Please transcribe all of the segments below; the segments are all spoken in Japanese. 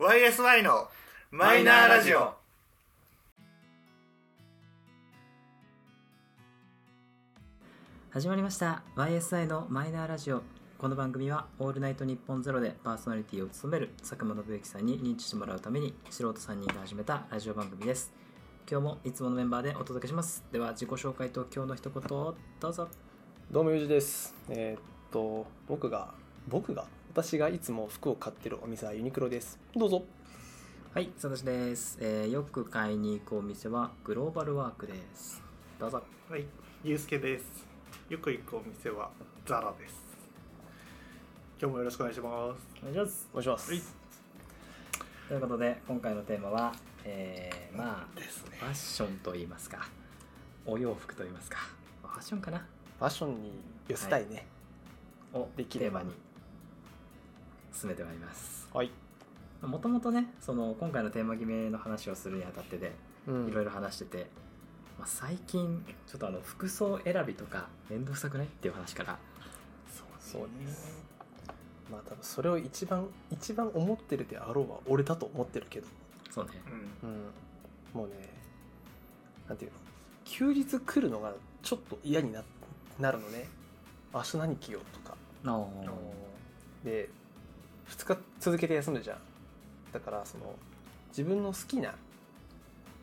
YSY のマイナーラジオ。始まりました YSI のマイナーラジオこの番組は「オールナイトニッポンゼロでパーソナリティを務める佐久間信之さんに認知してもらうために素人3人が始めたラジオ番組です今日もいつものメンバーでお届けしますでは自己紹介と今日の一言をどうぞどうもゆうじです。えーっと僕が僕が私がいつも服を買ってるお店はユニクロです。どうぞ。はい佐藤です、えーよく買いに行くお店はグローバルワークですどうぞはい、ゆうすけです。よく行くお店はザラです。今日もよろしくお願いします。お願いしますお願いします。はいということで今回のテーマは、えーまあですねファッションと言いますかお洋服と言いますかファッションかなファッションに寄せたいね。をできればテーマに進めてまいりますはい。もともとねその今回のテーマ決めの話をするにあたってでうんいろいろ話してて、まあ、最近ちょっとあの服装選びとか面倒くさくないっていう話からそうです。まあ多分それを一番一番思ってるであろうは俺だと思ってるけど。そうねうん。うん。もうね、なんていうの。休日来るのがちょっと嫌にななるのね。明日何着ようとか。ので2日続けて休むじゃんだからその自分の好きな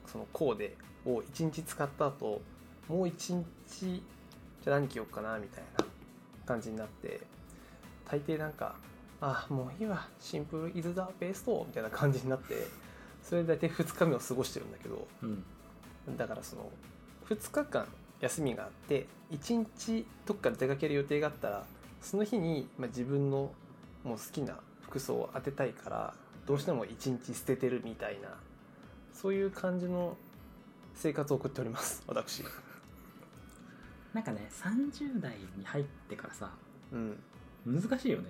そのコーデを1日使った後もう1日じゃあ何着ようかなみたいな感じになって大抵なんかあもういいわシンプルイズザベストみたいな感じになってそれで大体2日目を過ごしてるんだけどうんだからその2日間休みがあって1日どっか出かける予定があったらその日にまあ自分のもう好きな服装を当てたいからどうしても1日捨ててるみたいなそういう感じの生活を送っております私なんかね30代に入ってからさうん難しいよね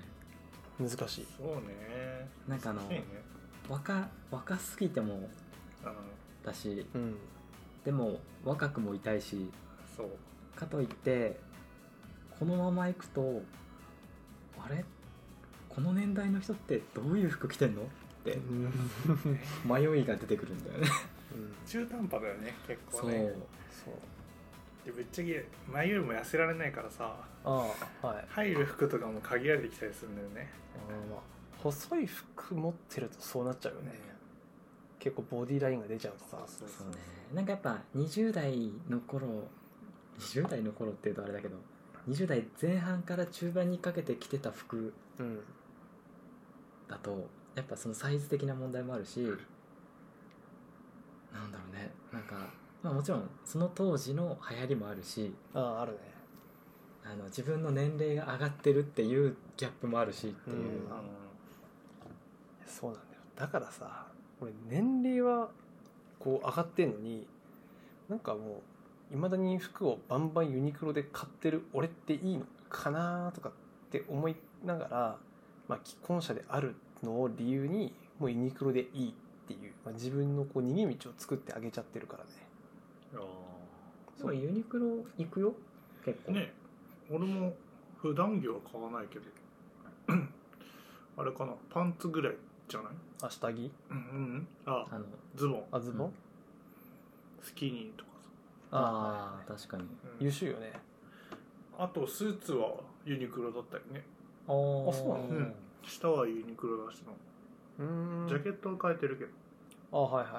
難しいそうね。なんかあのそうね若若すぎてもあの、だしうんでも若くもいたいしそう。かといってこのまま行くとあれこの年代の人ってどういう服着てんのってうん迷いが出てくるんだよね中途半端だよね、結 そ構うね。そうでぶっちゃけ、前よりも痩せられないからさ、ああはい入る服とかも限られてきたりするんだよね。あーまあ細い服持ってるとそうなっちゃうよね結構ボディラインが出ちゃうとさそうそうねなんかやっぱ20代の頃20代の頃っていうとあれだけど20代前半から中盤にかけて着てた服うんだとやっぱそのサイズ的な問題もあるしなんだろうねなんか、まあ、もちろんその当時の流行りもあるしあああるねあの自分の年齢が上がってるっていうギャップもあるしっていう、うんあの、そうなんだよだからさ俺年齢はこう上がってんのになんかもういまだに服をバンバンユニクロで買ってる俺っていいのかなとかって思いながら、まあ、既婚者であるのを理由にもうユニクロでいいっていう、まあ、自分のこう逃げ道を作ってあげちゃってるからねでもユニクロ行くよ結構、ね、俺も普段着は買わないけど、 あれかな、パンツぐらいじゃないあ下着うんうん。あ、あのズボン、あズボン、うんスキニーとかさ。ああ確かにうん優秀よねあとスーツはユニクロだったよねあーあそうなのうん下はユニクロだしうーんのジャケットは変えてるけどあはいはい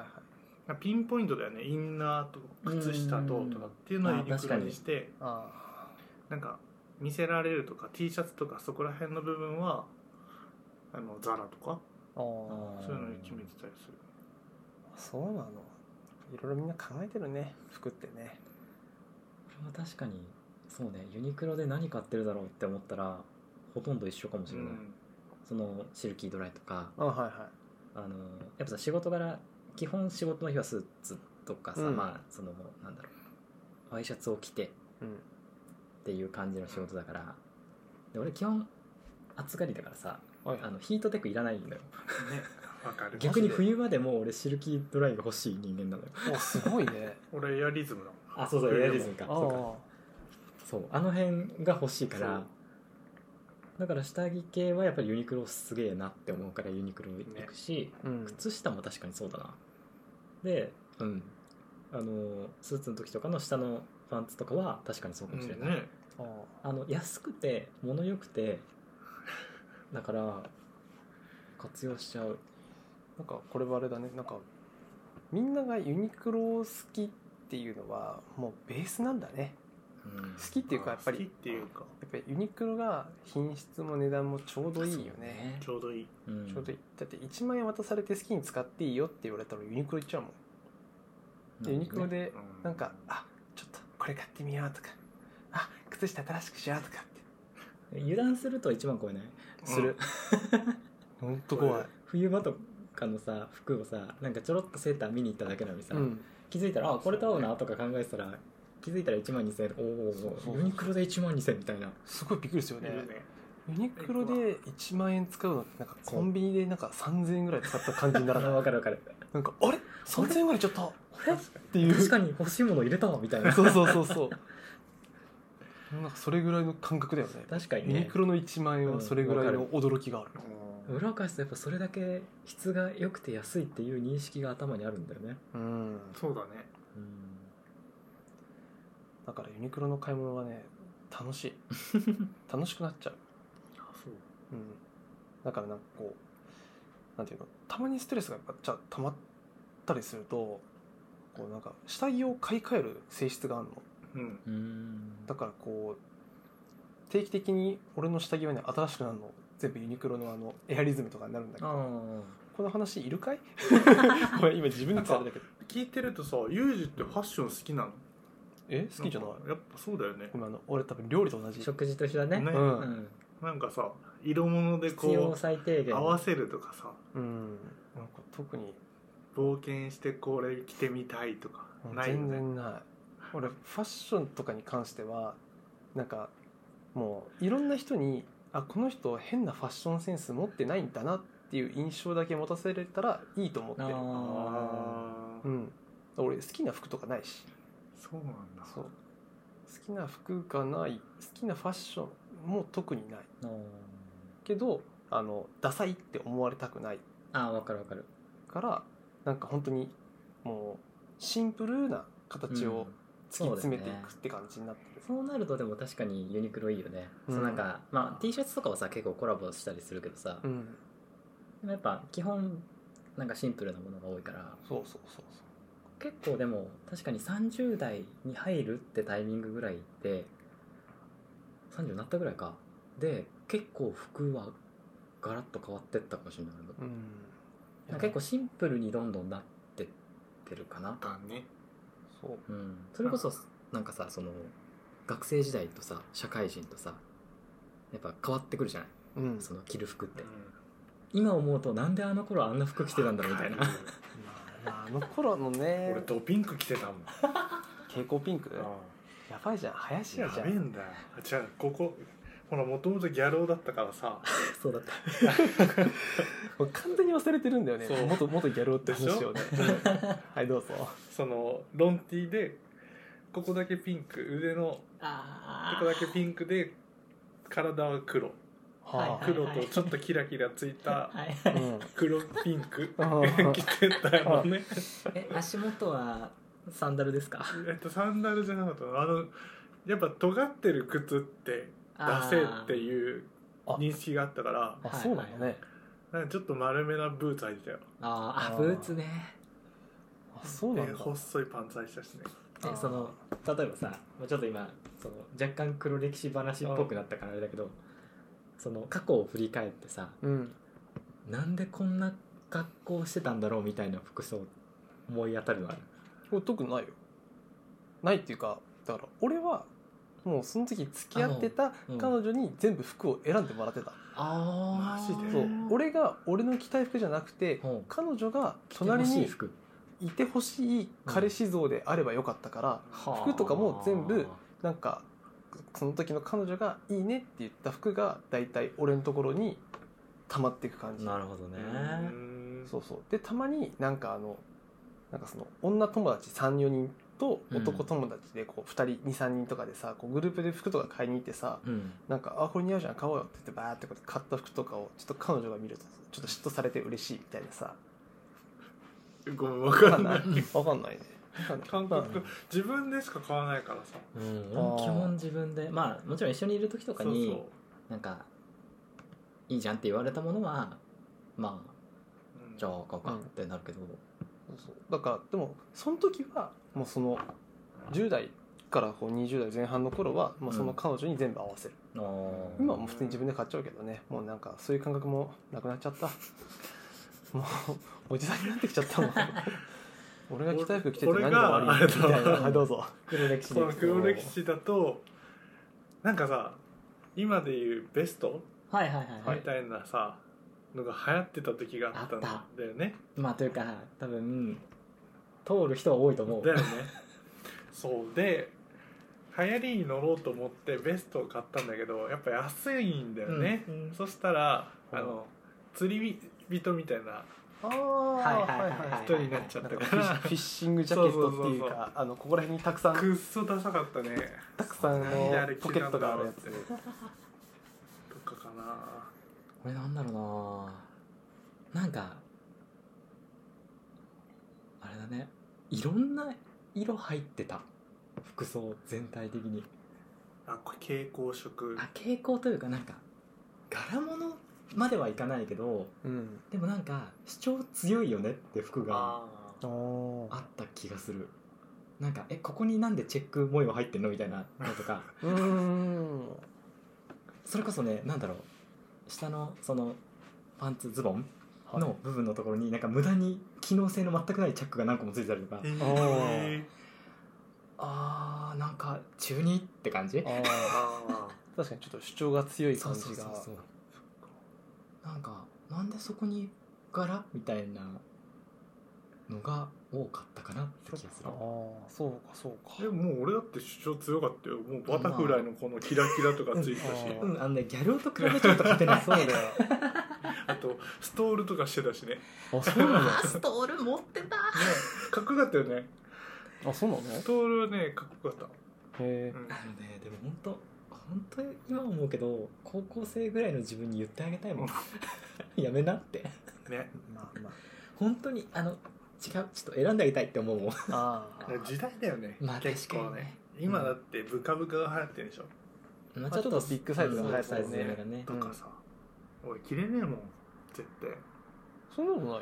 はいピンポイントだよねインナーと靴下ととかっていうのをうんユニクロにしてあなんか見せられるとか T シャツとかそこら辺の部分はあのザラとかーあーあーそういうのに決めてたりするそうなのいろいろみんな考えてるね服ってねこれは確かにそうねユニクロで何買ってるだろうって思ったらほとんど一緒かもしうれない、んそのシルキードライとかあはいはいあのやっぱさ仕事柄基本仕事の日はスーツとかさ、うんまあそのなんだろうワイシャツを着てうんっていう感じの仕事だからで俺基本暑がりだからさはいあのヒートテックいらないんだよねわかる逆に冬までもう俺シルキードライが欲しい人間なのよおすごい ね俺エアリズムだもんあそう そう冬でもエアリズムかあそうかあそうあの辺が欲しいかそらうだから下着系はやっぱりユニクロすげえなって思うからユニクロ行くし、うん靴下も確かにそうだなでうんあのスーツの時とかの下のパンツとかは確かにそうかもしれない、ねああの安くて物よくてだから活用しちゃうーなんかこれはあれだねなんかみんながユニクロ好きっていうのはもうベースなんだねうん好きっていうかやっぱり好きっていうかやっぱりユニクロが品質も値段もちょうどいいよねちょうどいいうんちょうどいいだって1万円渡されて好きに使っていいよって言われたらユニクロ行っちゃうもん、でユニクロでうんなんか「あちょっとこれ買ってみよう」とか「あ靴下新しくしよう」とかっ油断すると一番超えないてする、ほんと怖い、冬場とかのさ服をさなんかちょろっとセーター見に行っただけなのにさ、うん、気づいたらあこれと合うなとか考えてたら気づいたら1万2000円おそうそうおそうユニクロで1万2000みたいなすごいびっくりするいよるねねユニクロで1万円使うのってなんかコンビニでなんか3000円ぐらい使った感じになあらない分 かる分かるなんかあれ3000円ぐらいちょっとあれっていう 確かに欲しいもの入れたわみたいなそうそうそうそうなんかそれぐらいの感覚だよね確かにユニねクロの1万円はそれぐらいの驚きがある、うん裏を返すとやっぱそれだけ質が良くて安いっていう認識が頭にあるんだよねうん、そうだねうんだからユニクロの買い物はね楽 しい楽しくなっちゃう、あそううん、だからなんかこうなんていうのたまにストレスがやっぱじゃ溜まったりするとこうなんか下着を買い替える性質があるのうんうんだからこう定期的に俺の下着はね新しくなるの全部ユニクロのあのエアリズムとかになるんだけあどーこの話い るかいごめん今自分で伝えただけど聞いてるとさユージってファッション好きなのえ好きじゃないんかやっぱそうだよねごめんあの俺多分料理と同じ食事と一緒だねねうんうんなんかさ色物で必要こ最低う限合わせるとかさうんなんか特に冒険してこれ着てみたいとかないよ全ね然ない俺ファッションとかに関してはなんかもういろんな人にあこの人変なファッションセンス持ってないんだなっていう印象だけ持たせれたらいいと思ってるあああうん俺好きな服とかないしそうなんだそう好きな服がない好きなファッションも特にないあーけどあのダサいって思われたくないあー分かる分かるからなんか本当にもうシンプルな形をうん突き詰めてそういだよねくって感じになってる、そうなるとでも確かにユニクロいいよね、うんそうなんか、まあ、T シャツとかはさ結構コラボしたりするけどさ、うんでもやっぱ基本なんかシンプルなものが多いからそうそうそうそう結構でも確かに30代に入るってタイミングぐらいで30になったぐらいかで結構服はガラッと変わってったかもしれないうん結構シンプルにどんどんなってってるかな、だねそううん、それこそなんかさその学生時代とさ社会人とさやっぱ変わってくるじゃないうんその着る服って今思うとなんであの頃あんな服着てたんだろうみたいなわかるまあ、あの頃のね俺ドピンク着て たもん蛍光ピンクやばいじゃん林や家じゃべえんんだよあじゃあここほらもともとギャローだったから さ そうだったもう完全に忘れてるんだよねそう元元ギャル男って話をねはいどうぞそのロンティーでここだけピンク腕のここだけピンクで体は黒は黒とちょっとキラキラつい たはいあうん黒ピンク うん着てたよねえ足元はサンダルですかえっとサンダルじゃなかったのあのやっぱ尖ってる靴ってあ出せってういうあ認識があったからあそうなんだね、なんかちょっと丸めなブーツ履いてたよあーああーブーツねあそうなんでだ細いパンツ履いてたしねえその例えばさもうちょっと今その若干黒歴史話っぽくなったからあれだけどその過去を振り返ってさうんなんでこんな格好してたんだろうみたいな服装思い当たるのあるこれ特にないよないっていうかだから俺はもうその時付き合ってたうん彼女に全部服を選んでもらってた、あーマジでそうへ俺が俺の着たい服じゃなくてほう彼女が隣着てほしいに服いてほしい彼氏像であればよかったから、服とかも全部なんかその時の彼女が「いいね」って言った服が大体俺のところに溜まっていく感じなるほどねうんそうそうでたまになんかあのなんかその女友達34人とうん男友達でこう2人23人とかでさこうグループで服とか買いに行ってさうんなんか「あこれ似合うじゃん買おうよ」って言ってバーってこうやって買った服とかをちょっと彼女が見るとちょっと嫉妬されて嬉しいみたいなさごめんわかわかんんなないいわかんないね感覚自分でしか買わないからさうん、俺も基本自分でまあもちろん一緒にいる時とかにそうなんかいいじゃんって言われたものはまあそう、うんじゃあ買うかってなるけど、そうだからでもその時はもうその10代からこう20代前半の頃は、まあ、その彼女に全部合わせる、あー今はもう普通に自分で買っちゃうけどねもうなんかそういう感覚もなくなっちゃったもうお じさんになってきちゃったもん俺が着たい服着てて何が悪いみたい俺ながはいどうぞ黒歴史このです黒歴史だとなんかさ今でいうベストはいはいはいはい、みたいなさのが流行ってた時があったんだよねまあというか多分通る人は多いと思うだよねそうで流行りに乗ろうと思ってベストを買ったんだけどやっぱ安いんだよね、うんうんそしたらうんあの釣り人みたいなああはいはいはいはい人になっちゃっなんたかかフィッらフィッシングジャケットっていうそうそうそうそかあのここら辺にたくさんくっそダサかったねたくさんなんであのれポ着ケたッんトだがあろるうやっつてとかかなこれなんだろうななんかあれだねいろんな色入ってた服装全体的にあこれ蛍光色あ傾向というかなんか柄物まではいかないけどうんでもなんか主張強いよねって服がああーあった気がするなんかえここになんでチェック模様入ってんのみたいなのとかうーんそれこそねなんだろう下のそのパンツズボンはいの部分のところになんか無駄に機能性の全くないチャックが何個もついてたりとかーーえーあーなんか中二って感じあーあ確かにちょっと主張が強いそ感うじそうそうがそうなんかなんでそこに柄みたいなのが多かったかなって気がするああそうかそうーでかももう俺だって主張強かったよもうバタフライのこのキラキラとかついてたしあーうんあのねギャル男と比べちゃうと勝てないそう だよあとストールとかしてたしねあそうなのあストール持ってたかっこよかったよねあそうなのスへトールはねかっこよかっえた、うんあのねでも本当本当に今思うけど高校生ぐらいの自分に言ってあげたいもんやめなってねまあま本当にあの違うちょっと選んであげたいって思う もんあああ時代だよね、まあ結確構かにねね今だってブカブカが流行ってるでしょ、まあちょっとビッグサイズが流行ったよねうんビッグサイズがねとかさ、俺着れねえもん絶対そんなことないよ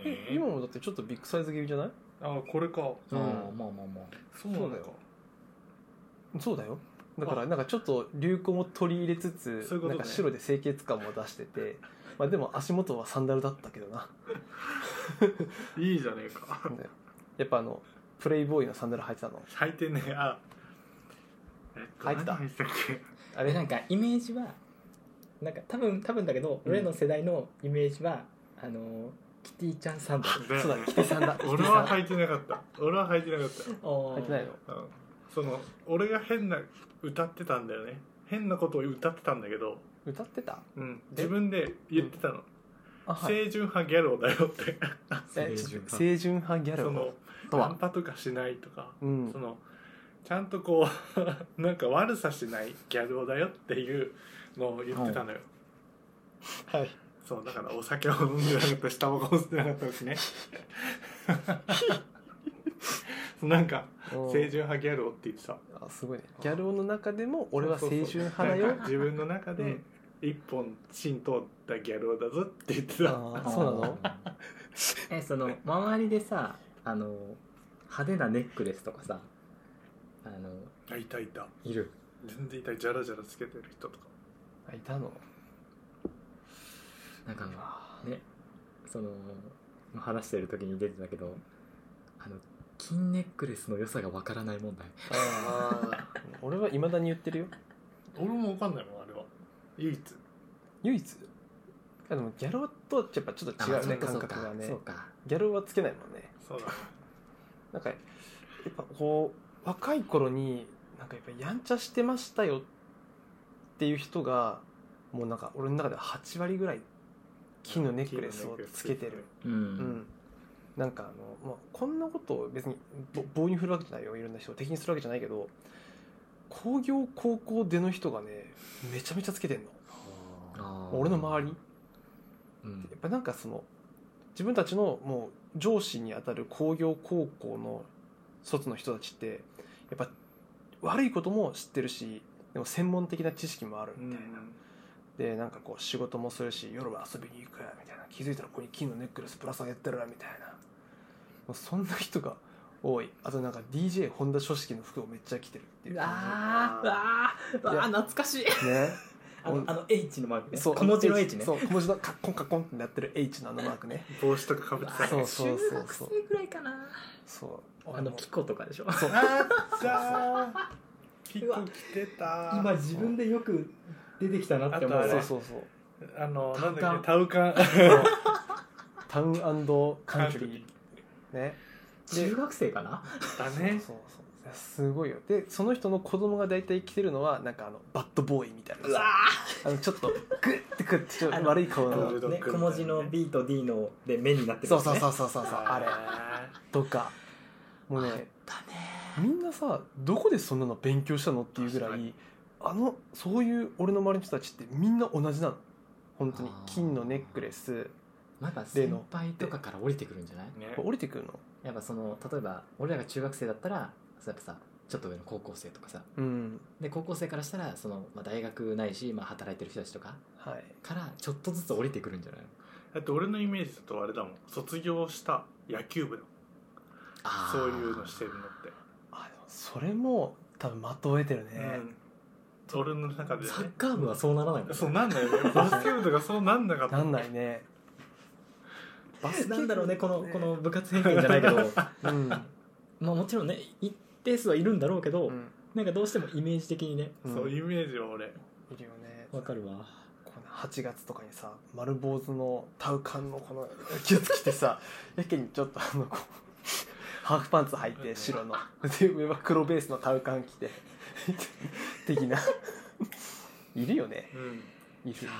え今もだってちょっとビッグサイズ気味じゃないあこれかうんうんまあまあまあそうなそのうだかよそうだよだからなんかちょっと流行も取り入れつつそういうことなねんか白で清潔感も出してて まあでも足元はサンダルだったけどないいじゃねえ かやっぱあのプレイボーイのサンダル履いてたの履いてねえあえっと履いてた何たっけあでれなんかイメージはなんか多分多分だけど、俺の世代のイメージはあのキティちゃんサンダルそうだキティサンダ ル俺は履いてなかった俺は履いてなかっ履いてないのた、うん、その俺が変な歌ってたんだよね変なことを歌ってたんだけど、歌ってたうん、自分で言ってたのあ「清純派ギャロだよ」ってええちょっと清純派ギャそルのをとナはンパとかしないとか、うんそのちゃんとこう なんか悪さしないギャル男だよっていうのを言ってたのよ、はいそうだからお酒を飲んでなかったしタバコも吸ってなかった しねなんかうん清純派ギャル男って言ってたあすごいねギャル男の中でも俺は青春派だなよんか自分の中うでん一本浸透ったギャル男だぞって言ってた、あーそうなのえその周りでさあの派手なネックレスとかさあのあいたいたいる全然いたいジャラジャラつけてる人とかあいたのなんかねその話してる時に出てたけどあの金ネックレスの良さがわからない問題ああー俺はいまだに言ってるよ俺も分かんないもんあれは唯一唯一あでもギャル男とやっぱちょっと違うねあそ感っか覚がねそうかギャル男はつけないもんねそうだねなんかやっぱこう若い頃になんかやっぱやんちゃしてましたよっていう人がもうなんか俺の中では8割ぐらい金のネックレスをつけてる、そうかうん、うん、なんかあの、まあ、こんなことを別にぼ棒に振るわけじゃないよいろんな人を敵にするわけじゃないけど工業高校出の人がねめちゃめちゃつけてんのあー俺の周りにうんやっぱなんかその自分たちのもう上司にあたる工業高校の卒の人たちってやっぱ悪いことも知ってるしでも専門的な知識もあるみたいな、でなんかこう仕事もするし夜は遊びに行くやみたいな気づいたらここに金のネックレスぶら下げてるやみたいなもうそんな人が多いあとなんか DJ 本田書式の服をめっちゃ着てるっていうねあーあーいやあー懐かしいあのあの H のマークねそう小文字の H ねそう小文字のカッコンカッコンってなってる H のあのマークね帽子とかかぶうっわてたーそうそうそうそう中学生ぐらいかなそうあのキコとかでしょそうあったーピうわ来てた今自分でよく出てきたなって思うあとあれそうわそうそうあのなん だっけタタウカンタウンカントリーね中学生かなだねそうそうそういやすごいよでその人の子供が大体着てるのはなんかあのバッドボーイみたいなさあのちょっとグッてくってちょっと悪い顔あのブルのドッグねみたいなね小文字の B と D ので目になってるそうそううそうそうそうそうあれとかもうねだねみんなさどこでそんなの勉強したのっていうぐら確かいあのそういう俺の周りの人たちってみんな同じなの本当にあー金のネックレスなんか例先の輩とかから降りてくるんじゃないね降りてくるのやっぱその例えば俺らが中学生だったらやっぱさちょっと上の高校生とかさうんで高校生からしたらその、まあ、大学ないし、まあ、働いてる人たちとかはいからちょっとずつ降りてくるんじゃないのだって俺のイメージだとあれだもん卒業した野球部だもんそういうのしてるのって、あでもそれも多分的を得てるね、うん俺の中でねサッカー部はそうならないのそうなんないよバスケ部とかそうなんなかったなんないねバケなんだろうねこのこの部活偏見じゃないけどうん、まあもちろんね一定数はいるんだろうけど、うんなんかどうしてもイメージ的にねうんそういイメージは俺るよねわかるわこの8月とかにさ丸坊主のタウカンのこの気をつけて さやけにちょっとあのこうハーフパンツ履いて白ので上は黒ベースのタウカン着て的ないるよねうんいいるやー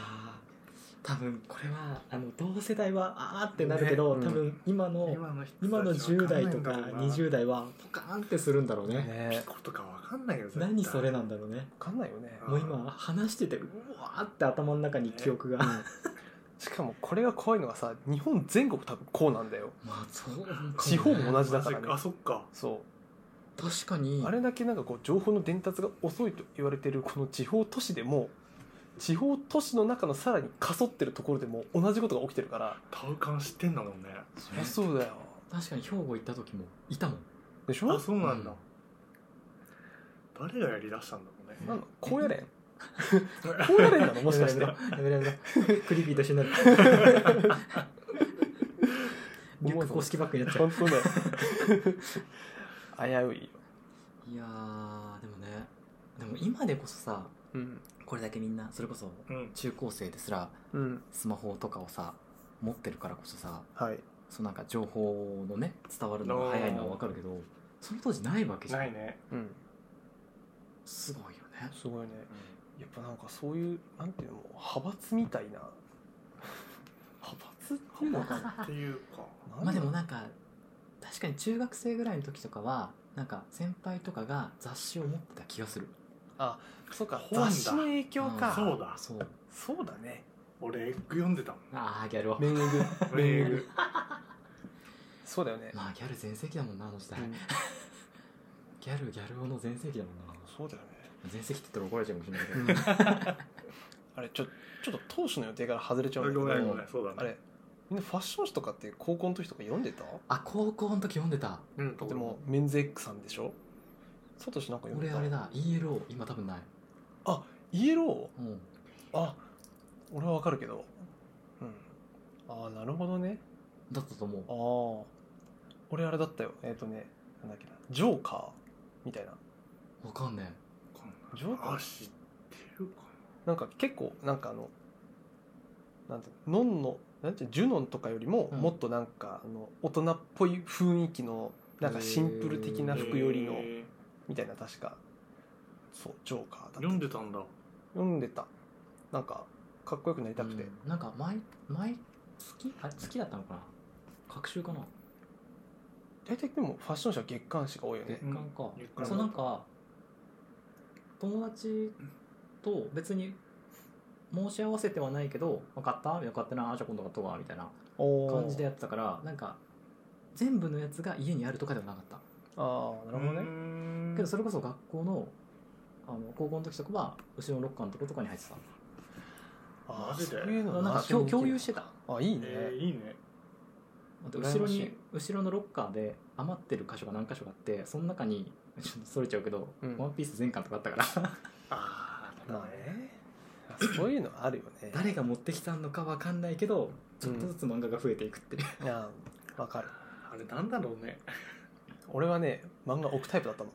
多分これはあの同世代はあーってなるけど、ね多分今の、の人今のたちわかん10代ないとんかだろうな20代はポカーンってするんだろうねねピコとかわかんないよ絶対何それなんだろうね分かんないよねうんもう今話しててうわーって頭の中に記憶 が、しかもこれが怖いのがさ日本全国多分こうなんだよまあそうかね地方も同じだマかジらねかあそっかそう確かにあれだけなんかこう情報の伝達が遅いと言われてるこの地方都市でも地方都市の中のさらにかそってるところでも同じことが起きてるからタウカン知ってんだもんねそりゃそうだよ確かに兵庫行った時もいたもんでしょあそうなんだうん誰がやりだしたんだろうねなんだ高野連 高野連なのもしかしてやめられないクリーピーと一緒になるリュック公式バッグになっちゃう本当だよ危ういよ、いやーでもねでも今でこそさうんこれだけみんなそれこそうん中高生ですらうん、スマホとかをさ持ってるからこそさはいそうなんか情報のね伝わるのが早いのはわかるけどその当時ないわけじゃなんいねうんすごいよねすごいねやっぱなんかそういうなんていうのもう派閥みたいな派閥っていうのか なっていうかまあでもなんか確かに中学生ぐらいの時とかはなんか先輩とかが雑誌を持ってた気がするあそうか本だ雑誌の影響か、んそうだそうそうだね俺エッグ読んでたもんああギャルは 免疫メールそうだよね、まあギャル全盛期だもんなあの時代、うんギャルギャル男の全盛期だもんなそうだよね全盛期って言ったら怒られちゃうかもしれないけど、 あれちょちょっと当初の予定から外れちゃごうめんだけんどごめんそうだねあれみんなファッション誌とかって高校の時とか読んでたあ高校の時読んでたうんでもメンズ X さんでしょサトシなんか読んで俺たあれだ ELO 今多分ないイエロうんーあ俺はわかるけどうんああなるほどねだったと思うああ俺あれだったよえっ、とねなんだっけなジョーカーみたいなわかんねジョーカーあ知ってるかなんか結構なんかあのなんていうのノンのなんていうのジュノンとかよりもうんもっとなんかあの大人っぽい雰囲気のなんかシンプル的なな服よりのへーみたいな確かそうジョーカーだった読んでたんだ読んでたなんかかっこよくなりえたくて、うんなんか毎毎月あ月だったのかな隔週かな大体でもファッション誌は月刊誌が多いよね月間か月間そうなんか友達と別に申し合わせてはないけど「分かったよかったなじゃあ今度買っとくわ」みたいな感じでやってたからなんか全部のやつが家にあるとかではなかったああなるほどねねけどそれこそ学校のあの高校の時とかは後ろのロッカーのとことかに入ってたあマジでそういうのなんか習共に行共ける有してたあいいね、えーいいねあと羨まし後いろに後ろのロッカーで余ってる箇所が何箇所かあってその中にちょっとそれちゃうけど「うんワンピース全巻とかあったからああまあねそういうのあるよね誰が持ってきたのか分かんないけどちょっとずつ漫画が増えていくっていう、いやわかるあれなんだろうね俺はね漫画置くタイプだったの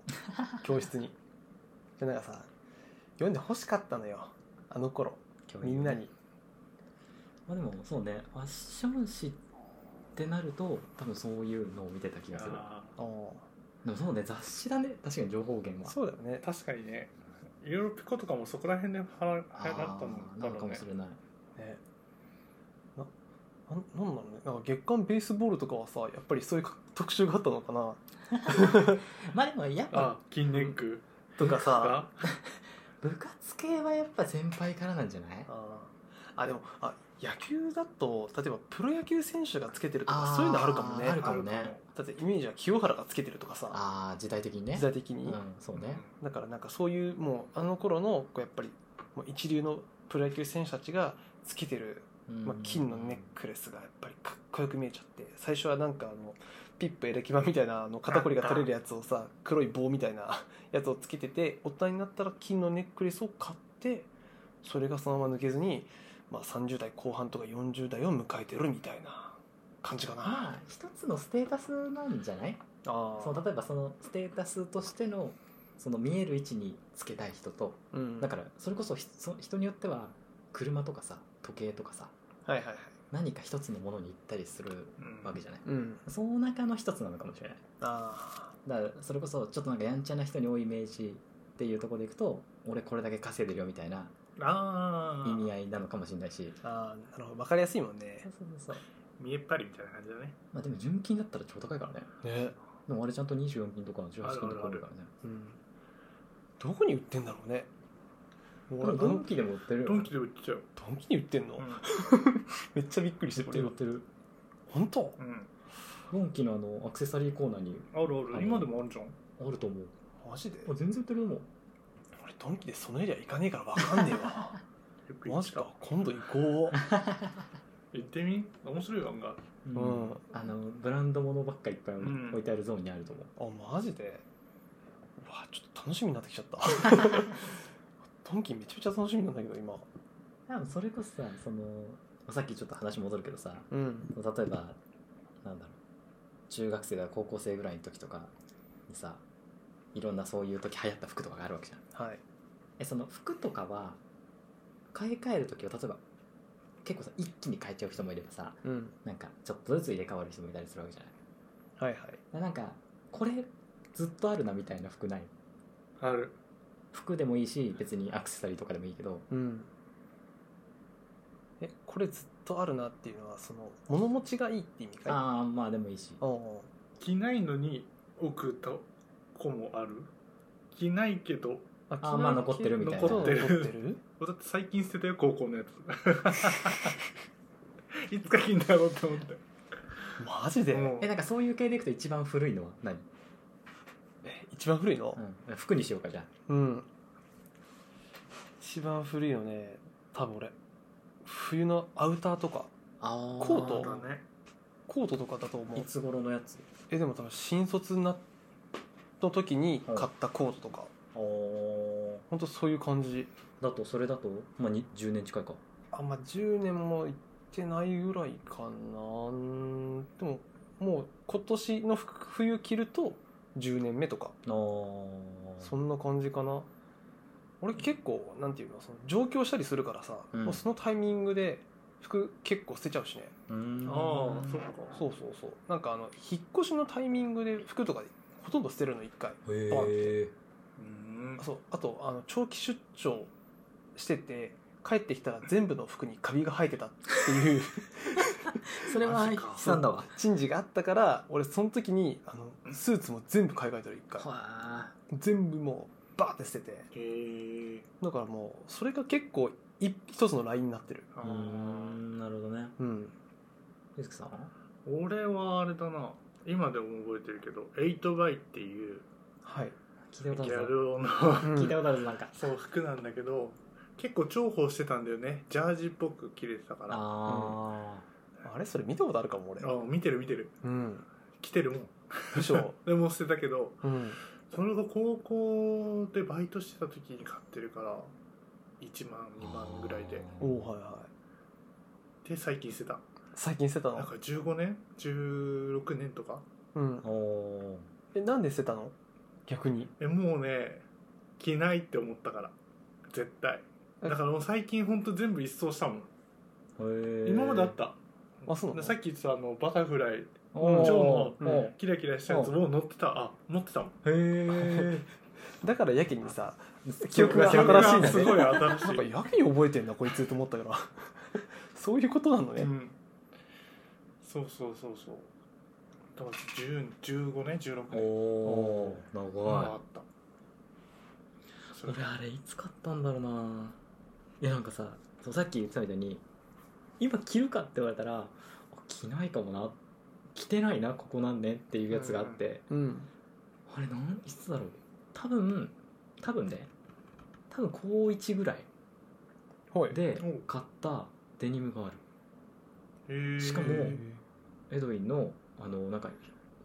教室にでなんかさ読んで欲しかったのよあの頃みんなに まあでもそうねファッション誌ってなると多分そういうのを見てた気がするああーでもそうね雑誌だね確かに情報源はそうだよーね確かにねいろいろピコとかもそこら辺ではら流行ったあのーだなのろかうもねしれないねななんなんだろうねなんか月刊ベースボールとかはさやっぱりそういうか特集があったのかなまあでもやっぱあ金ネック とかさが部活系はやっぱ先輩からなんじゃないあーあでもあ野球だと例えばプロ野球選手がつけてるとあかーそういうのあるかもねあるかもねあるかもだってイメージは清原がつけてるとかさああ時代的にね時代的に、うんそうねだからなんかそういうもうあの頃のこうやっぱりもう一流のプロ野球選手たちがつけてる、うんまあ、金のネックレスがやっぱりかっこよく見えちゃって最初はなんかあのピップエレキバみたいなあの肩こりが取れるやつをさ黒い棒みたいな やつをつけてて大人になったら金のネックレスを買ってそれがそのまま抜けずに、まあ、30代後半とか40代を迎えてるみたいな感じかな。まあ一つのステータスなんじゃないあその例えばそのステータスとしてのその見える位置につけたい人とうん、だからそれこそひそ人によっては車とかさ時計とかさはいはいはい、何か一つのものに行ったりするうんわけじゃないうん、その中の一つなのかもしれないあだからそれこそちょっとなんかやんちゃな人に多いイメージっていうところでいくと俺これだけ稼いでるよみたいなああ意味合いなのかもしれないしーあーなるほど分かりやすいもんね。そうそうそうそう見えっぱりみたいな感じだねまあでも純金だったら超高いからねねでもあれちゃんと24金とか18金とかあるからねうん、どこに売ってんだろうねもうでも俺ドドンンキでも売ってるよドンキで売っちゃうドンキに売ってんの、うめっちゃびっくりして売ってる売俺っはてる本当んうんドンキのあのアクセサリーコーナーにあるああのる今でもあるじゃんあると思うマジであ全然売ってると思う俺ドンキでそのエリア行かねえから分かんねえ わよく行マっジちゃうか今度行こ行ってみ面白い漫画う、うん、あのブランド物ばっかいっぱいん置いてあるゾーンにあると思う、あマジでうわちょっと楽しみになってきちゃった ドンキめちゃめちゃ楽しみなんだけど今多分それこそさそのさっきちょっと話戻るけどさうん例えばなんだろう中学生が高校生ぐらいの時とかにさいろんなそういう時流行った服とかがあるわけじゃんはいえその服とかは買い替える時は例えば結構さ一気に変えちゃう人もいればさうんなんかちょっとずつ入れ替わる人もいたりするわけじゃないはいはいでなんかこれずっとあるなみたいな服ないある服でもいいし別にアクセサリーとかでもいいけどうんえこれずっとあるなっていうのはその物持ちがいいって意味かいああまあでもいいしあー着ないのに置くとこもある着ないけどああーまあ残ってるみたいな残ってる残ってるだって最近捨てたよ高校 のやついつか着んだろうと思ってマジで、うんえなんかそういう系でいくと一番古いのは何、一番古いのうん、服にしようかじゃあうん、一番古いよね多分俺冬のアウターとかあコーだトねコートとかだと思いうつ頃のやつえでも多分新卒なの時に買ったコートとか、おほんとそういう感じだとそれだと、まあ、に10年近いかあんまあ10年も行ってないぐらいかなうんでももう今年の服冬着ると10年目とかあそんな感じかな俺結構なんていうのその上京したりするからさ、うんもうそのタイミングで服結構捨てちゃうしねうんああそっかそうそうそうなんかあの引っ越しのタイミングで服とかほとんど捨てるの1回へえうんあそうあとあの長期出張してて帰ってきたら全部の服にカビが生えてたっていうそれはマ悲ジか惨だわ珍事があったから俺その時にあのスーツも全部買い替えたら一回はあ全部もうバーって捨ててへえだからもうそれが結構一一つのラインになってるあうーーんなるほどねうんゆうすけさんは俺はあれだな今でも覚えてるけど8バイっていうはい、聞いたこギとあャるぞル男の聞いたことあるぞなんかそう服なんだけど結構重宝してたんだよねジャージっぽく着れてたからあああれそれ見たことあるかも俺見てる見てるうん着てるもんでしょでも捨てたけどうんそれが高校でバイトしてた時に買ってるから1万あ2万ぐらいでおおはいはいで最近捨てた最近捨てたなんのか15年16年とかうんおおえなんで捨てたの逆にえもうね着ないって思ったから絶対だからもう最近ほんと全部一掃したもんーへえ今まであったあそうなのさっき言ってたあのバタフライおージョーのおーキラキラしたやつもう乗ってたあ持ってたもん へだからやけにさえ記憶が新しいんだねすごい新しなんいか やけに覚えてんだこいつと思ったからそういうことなのね、うん、そうそうそうそうだから10 15年16お年お長いあったそれ俺あれいつ買ったんだろうないやなんかさそうさっき言ってたみたいに今着るかって言われたらあ着ないかもな着てないなここなんねっていうやつがあって、うんあれなんいつだろう多分多分ね多分高1ぐらいはいでおう買ったデニムがあるへーしかもへエドウィンのあのなんか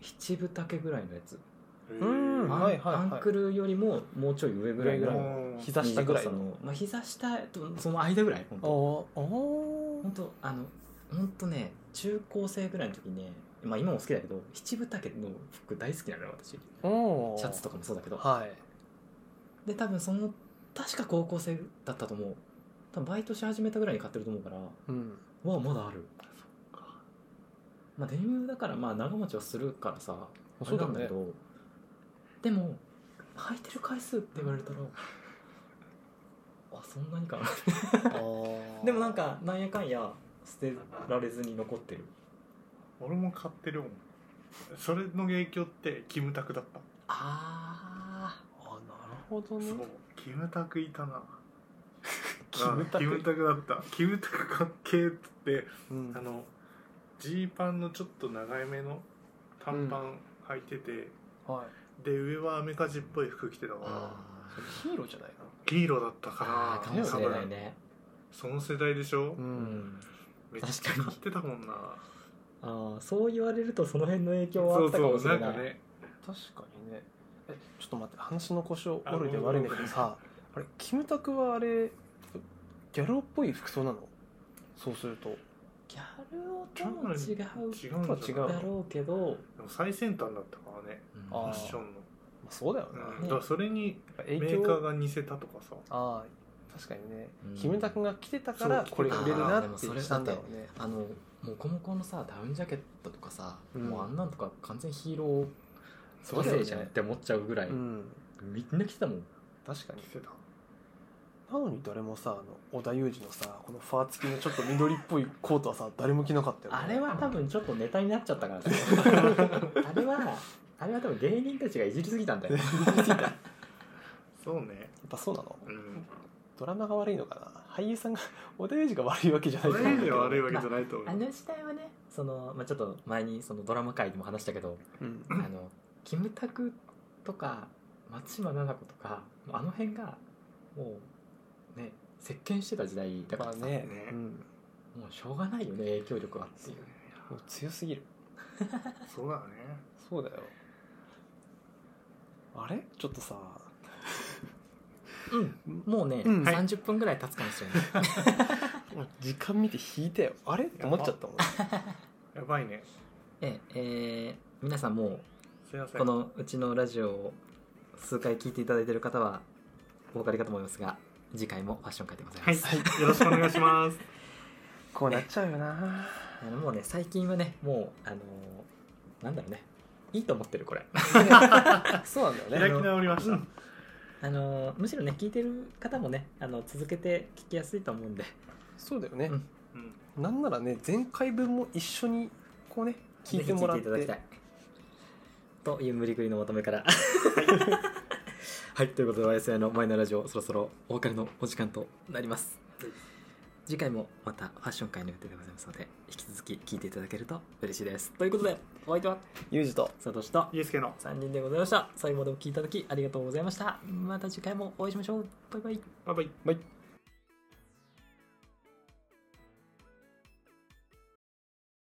七分丈ぐらいのやつ、ーうんアンはいはいはいアンクルよりももうちょい上ぐらい上ぐらいのの膝下ぐらい短さのの、まあ、膝下とその間ぐらい本あ当ーあ本当あの本当ね中高生ぐらいの時ねまあ今も好きだけど七分丈の服大好きなのよ私シあおャツとかもそうだけどはいで多分その確か高校生だったと思う多分バイトし始めたぐらいに買ってると思うからうんわあまだあるまあデニムだからまあ長持ちはするからさあそれうだなよんだけねど、でも履いてる回数って言わ れたらあそんなにかな でもなんかなんやかんや捨てられずに残ってる俺も買ってるもんそれの影響ってキムタクだったあああーなるほどねそうキムタクいたなキムタあキムクタクだったキムタクかっけーっつってうんあのジーパンのちょっと長いめの短パン履いてて、はいで上はアメカジっぽい服着てたからヒーローじゃないか黄色だったかあーらかもしれないねその世代でしょ、なううんんめっちゃ買ってたもんなああそう言われるとその辺の影響はそあっうたかそもうしなれんないかね確かにねえちょっと待って話の腰を折るで悪いんだけどさあれキムタクはあれギャル男っぽい服装なのそうするとギャル男とも違う違うんちじょゃっとはない違うだろうけどでも最先端だったからねうんファあーッションの、まあそうだよねうん、ねだからそれにメ影ー響カーが似せたとかさああ確かにね、うんキムタクが着てたからそうこれ売れるなってあーでもそれしたんだろうねあのモコモコのさダウンジャケットとかさ、うんもうあんなんとか完全ヒーローそ個うだよ性ねじゃんって思っちゃうぐらい、うんみんな着てたもん確かに着てたなのに誰もさあの織田裕二のさこのファー付きのちょっと緑っぽいコートはさ誰も着なかったよねあれは多分ちょっとネタになっちゃったからさ あれはあれは多分芸人たちがいじりすぎたんだよそうねやっぱそうなのうんドラマが悪いのかな俳優さんが織田裕二が悪いわけじゃないそとれ以思うんだ上けど悪いわけじゃないと思う、あの時代はねその、まあ、ちょっと前にそのドラマ界でも話したけど、うんあのキムタクとか松島菜々子とかあの辺がもうね席巻してた時代だかまらあさ、ねねうん、もうしょうがないよね影響力がっていうもう強すぎるそうだねそうだよあれちょっとさうんもうね、うんはい30分ぐらい経つかもし れないもう時間見て引いたよあれって思っちゃったもんやばいねええー皆さんもすいませうんこのうちのラジオを数回聞いていただいている方はお分かりかと思いますが次回もファッション会でございます、はい、よろしくお願いします こうなっちゃうよなあのもうね最近はねもうあのーなんだろうねいいと思ってるこれ そうなんだよね 開き直りました、あのーむしろね聞いてる方もねあの続けて聞きやすいと思うんでそうだよね、うんうんなんならね前回分も一緒にこうね聞いてもらってぜひ聞いていただきたいという無理くりの求め からはいということで YSI のマイナーラジオそろそろお別れのお時間となりますはい次回もまたファッション会の予定でございますので引き続き聞いていただけると嬉しいですということでお相手はユージと佐藤とユースケの3人でございました最後までお聞きいただきありがとうございましたまた次回もお会いしましょうバイバイバイバイバイ